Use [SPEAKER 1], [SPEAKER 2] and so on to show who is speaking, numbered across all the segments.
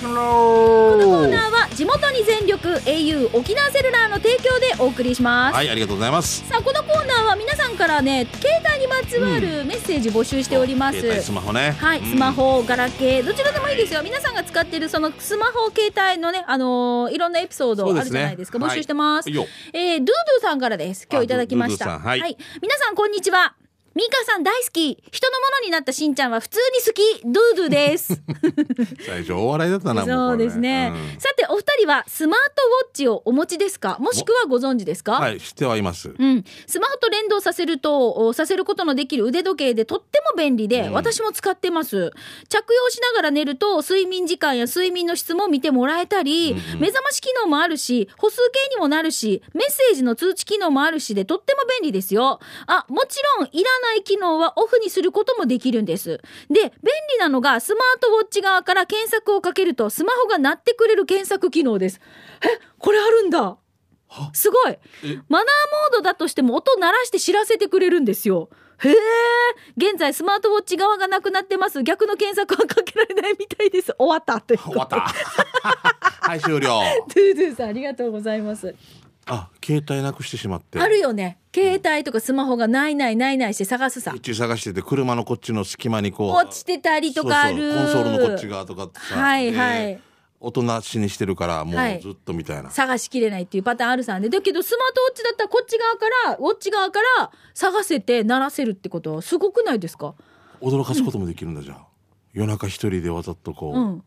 [SPEAKER 1] このコー
[SPEAKER 2] ー
[SPEAKER 1] ナーは地元に全力 au 沖縄セルラーの提供でお送りします、
[SPEAKER 2] はいありがとうございます
[SPEAKER 1] さあこのコーナーは皆さんからね携帯にまつわるメッセージ募集しております、
[SPEAKER 2] 携帯スマホね
[SPEAKER 1] はい、
[SPEAKER 2] うん
[SPEAKER 1] スマホ、ガラケー、どちらでもいいですよ。皆さんが使っているそのスマホ、携帯のね、あのーいろんなエピソード
[SPEAKER 2] そう
[SPEAKER 1] あ
[SPEAKER 2] で
[SPEAKER 1] る
[SPEAKER 2] す
[SPEAKER 1] じ
[SPEAKER 2] ね
[SPEAKER 1] ゃないですか。募集してます。
[SPEAKER 2] はいよ
[SPEAKER 1] えー、ドゥドゥさんからです。今日いただきました。
[SPEAKER 2] あドゥドゥさんはい
[SPEAKER 1] 皆さん、こんにちは。ミカさん大好き。人のものになったしんちゃんは普通に好き。ドゥドゥです。
[SPEAKER 2] 最初大笑いだったなも
[SPEAKER 1] そう
[SPEAKER 2] これ
[SPEAKER 1] ですね、
[SPEAKER 2] うん
[SPEAKER 1] さて、お二人はスマートウォッチをお持ちですかもしくはご存知ですか
[SPEAKER 2] はい知ってはいます
[SPEAKER 1] うん、スマホと連動させるとおさせることのできる腕時計でとっても便利で、私も使ってます着用しながら寝ると睡眠時間や睡眠の質も見てもらえたり、目覚まし機能もあるし歩数計にもなるしメッセージの通知機能もあるしでとっても便利ですよあもちろんいらない機能はオフにすることもできるんですで便利なのがスマートウォッチ側から検索をかけるとスマホが鳴ってくれる検索機能ですえこれあるんだすごいマナーモードだとしても音鳴らして知らせてくれるんですよ。へえ現在スマートウォッチ側がなくなってます逆の検索はかけられないみたいです終わったという
[SPEAKER 2] 終わった はい終了
[SPEAKER 1] ドゥドゥさんありがとうございます
[SPEAKER 2] あ携帯なくしてしまって
[SPEAKER 1] あるよね携帯とかスマホがないないないないして探すさ
[SPEAKER 2] 一中探してて車のこっちの隙間にこう
[SPEAKER 1] 落ちてたりとかある
[SPEAKER 2] そうそうコンソールのこっち側とかってさ
[SPEAKER 1] はいはい
[SPEAKER 2] で音なしにしてるからも
[SPEAKER 1] はいう
[SPEAKER 2] ずっとみたいな、
[SPEAKER 1] 探しきれないっていうパターンあるさんでだけどスマートウォッチだったらこっち側からウォッチ側から探せて鳴らせるってことはすごくないですか
[SPEAKER 2] 驚かすこともできるんだじゃん、夜中一人でわざとこう、
[SPEAKER 1] うん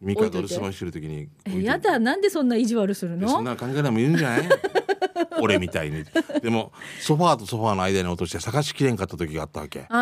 [SPEAKER 2] ミカが留守番してる時に
[SPEAKER 1] えやだなんでそんな意地悪するの
[SPEAKER 2] そんな考えないもいるんじゃない 俺みたいにでもソファーとソファーの間に落として探しきれんかった時があったわけこう
[SPEAKER 1] あ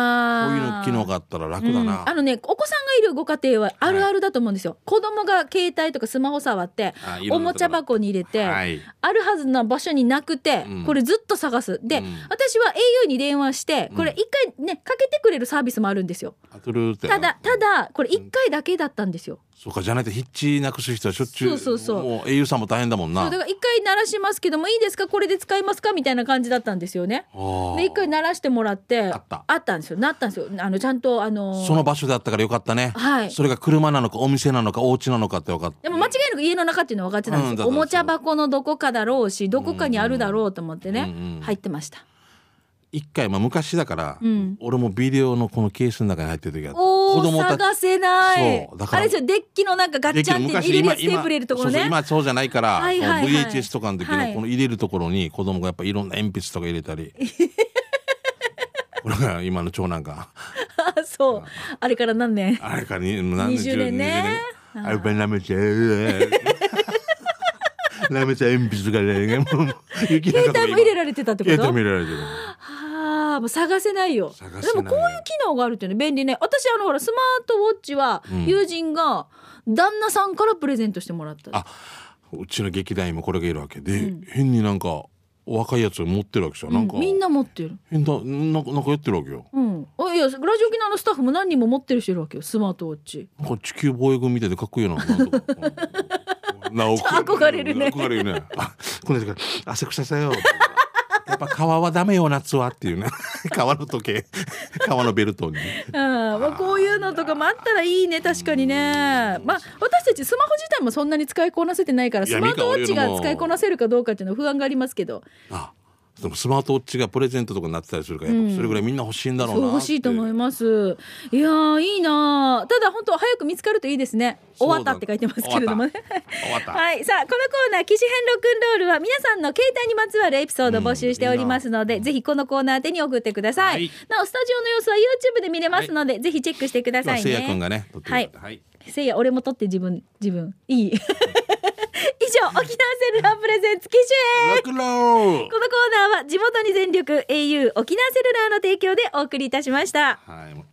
[SPEAKER 2] いう
[SPEAKER 1] ー
[SPEAKER 2] の機能があったら楽だな、
[SPEAKER 1] うんあのねお子さんがいるご家庭はあるあるだと思うんですよ、子供が携帯とかスマホ触って
[SPEAKER 2] あいろ
[SPEAKER 1] お
[SPEAKER 2] ん
[SPEAKER 1] も
[SPEAKER 2] なところ
[SPEAKER 1] ちゃ箱に入れて、
[SPEAKER 2] はい
[SPEAKER 1] あるはずな場所になくて、
[SPEAKER 2] うん
[SPEAKER 1] これずっと探すで、
[SPEAKER 2] うん
[SPEAKER 1] 私は au に電話してこれ一回ねかけてくれるサービスもあるんですよ
[SPEAKER 2] あトゥルーって
[SPEAKER 1] ただただこれ一回だけだったんですよ、
[SPEAKER 2] そうかじゃないとヒッチなくす人はしょっちゅう
[SPEAKER 1] そうそうそう
[SPEAKER 2] もう英雄さんも大変だもんな
[SPEAKER 1] そうだから一回鳴らしますけどもいいですかこれで使いますかみたいな感じだったんですよね
[SPEAKER 2] あー
[SPEAKER 1] で一回鳴らしてもらって
[SPEAKER 2] あった
[SPEAKER 1] んですよなったんですよあのちゃんとあのー
[SPEAKER 2] その場所であったからよかったね、
[SPEAKER 1] はい
[SPEAKER 2] それが車なのかお店なのかお家なのかって分かっ
[SPEAKER 1] で
[SPEAKER 2] た
[SPEAKER 1] も間違いなく家の中っていうのは分かってたんですよ、
[SPEAKER 2] う
[SPEAKER 1] お
[SPEAKER 2] んだからそう
[SPEAKER 1] もちゃ箱のどこかだろうしどこかにあるだろうと思ってね、
[SPEAKER 2] うんうん
[SPEAKER 1] 入ってました
[SPEAKER 2] 一回、まあ、昔だから、
[SPEAKER 1] うん
[SPEAKER 2] 俺もビデオのこのケースの中に入ってる時があって
[SPEAKER 1] おお探せない
[SPEAKER 2] そうだから
[SPEAKER 1] あれですよデッキのなんかガッ
[SPEAKER 2] で
[SPEAKER 1] チ
[SPEAKER 2] き
[SPEAKER 1] ャ
[SPEAKER 2] る
[SPEAKER 1] ンって
[SPEAKER 2] 昔
[SPEAKER 1] 入れるや
[SPEAKER 2] 今
[SPEAKER 1] つテープ入れるところ
[SPEAKER 2] そうそう
[SPEAKER 1] ね
[SPEAKER 2] 今そうじゃないから、
[SPEAKER 1] はいはいはい
[SPEAKER 2] この VHS とかの時の
[SPEAKER 1] はい
[SPEAKER 2] この入れるところに子供がやっぱいろんな鉛筆とか入れた り俺が今の長男が
[SPEAKER 1] あ そうあれから何年
[SPEAKER 2] あれからに何
[SPEAKER 1] 20年ね
[SPEAKER 2] 20年あやっぱりなめちゃ うなめちゃう鉛筆がねもう雪の
[SPEAKER 1] 携
[SPEAKER 2] 中とか
[SPEAKER 1] 帯も入れられてたってこ
[SPEAKER 2] 携帯
[SPEAKER 1] と
[SPEAKER 2] も入れられてる
[SPEAKER 1] ああもう探せないよ
[SPEAKER 2] 探せない
[SPEAKER 1] でもこういう機能があるってね便利ね私あのほらスマートウォッチは友人が旦那さんからプレゼントしてもらった、
[SPEAKER 2] あうちの劇団員もこれがいるわけで、変になんか若いやつを持ってるわけじゃんなんか、
[SPEAKER 1] みんな持ってる
[SPEAKER 2] 変だなんかなんかやってるわけよ
[SPEAKER 1] うん、あいやラジオ沖縄のスタッフも何人も持ってる人いるわけよスマートウォッチ
[SPEAKER 2] なんか地球防衛軍みたいでかっこいいな。なんか なお
[SPEAKER 1] 憧れるね
[SPEAKER 2] 憧れるね。あ、この時から汗臭さよ。やっぱ川はダメよ夏はっていうね。 川の時計、 川のベルトに。
[SPEAKER 1] うんまあ、こういうのとかもあったらいいね確かにねまあ私たちスマホ自体もそんなに使いこなせてないから
[SPEAKER 2] い
[SPEAKER 1] ス
[SPEAKER 2] や
[SPEAKER 1] マートウォッチ
[SPEAKER 2] ミ
[SPEAKER 1] が
[SPEAKER 2] カ俺よりも
[SPEAKER 1] 使いこなせるかどうかっていうのは不安がありますけど
[SPEAKER 2] あ、でもスマートウォッチがプレゼントとかになってたりするから、やっぱそれぐらいみんな欲しいんだろ
[SPEAKER 1] そう
[SPEAKER 2] うな。
[SPEAKER 1] 欲しいと思い
[SPEAKER 2] ま
[SPEAKER 1] ますいやーいいなーただ本当早く見つかるといいですね終わったって書いてますけれどもね
[SPEAKER 2] 終わった。
[SPEAKER 1] はい、さあこのコーナー「機種編ロックンロール」は皆さんの携帯にまつわるエピソードを募集しておりますので、ぜひこのコーナー宛てに送ってください、
[SPEAKER 2] はい
[SPEAKER 1] なおスタジオの様子は YouTube で見れますので、ぜひチェックしてくだ
[SPEAKER 2] 今
[SPEAKER 1] さ
[SPEAKER 2] 日はいせいやくん
[SPEAKER 1] ね
[SPEAKER 2] がね、撮ってくれたはい。
[SPEAKER 1] せいや俺も撮って自分自分いい 以上沖縄セルラープレゼンツ機種
[SPEAKER 2] ロ
[SPEAKER 1] 編
[SPEAKER 2] ックンロー
[SPEAKER 1] このコーナーは地元に全力 au 沖縄セルラーの提供でお送りいたしました
[SPEAKER 2] ル。はい。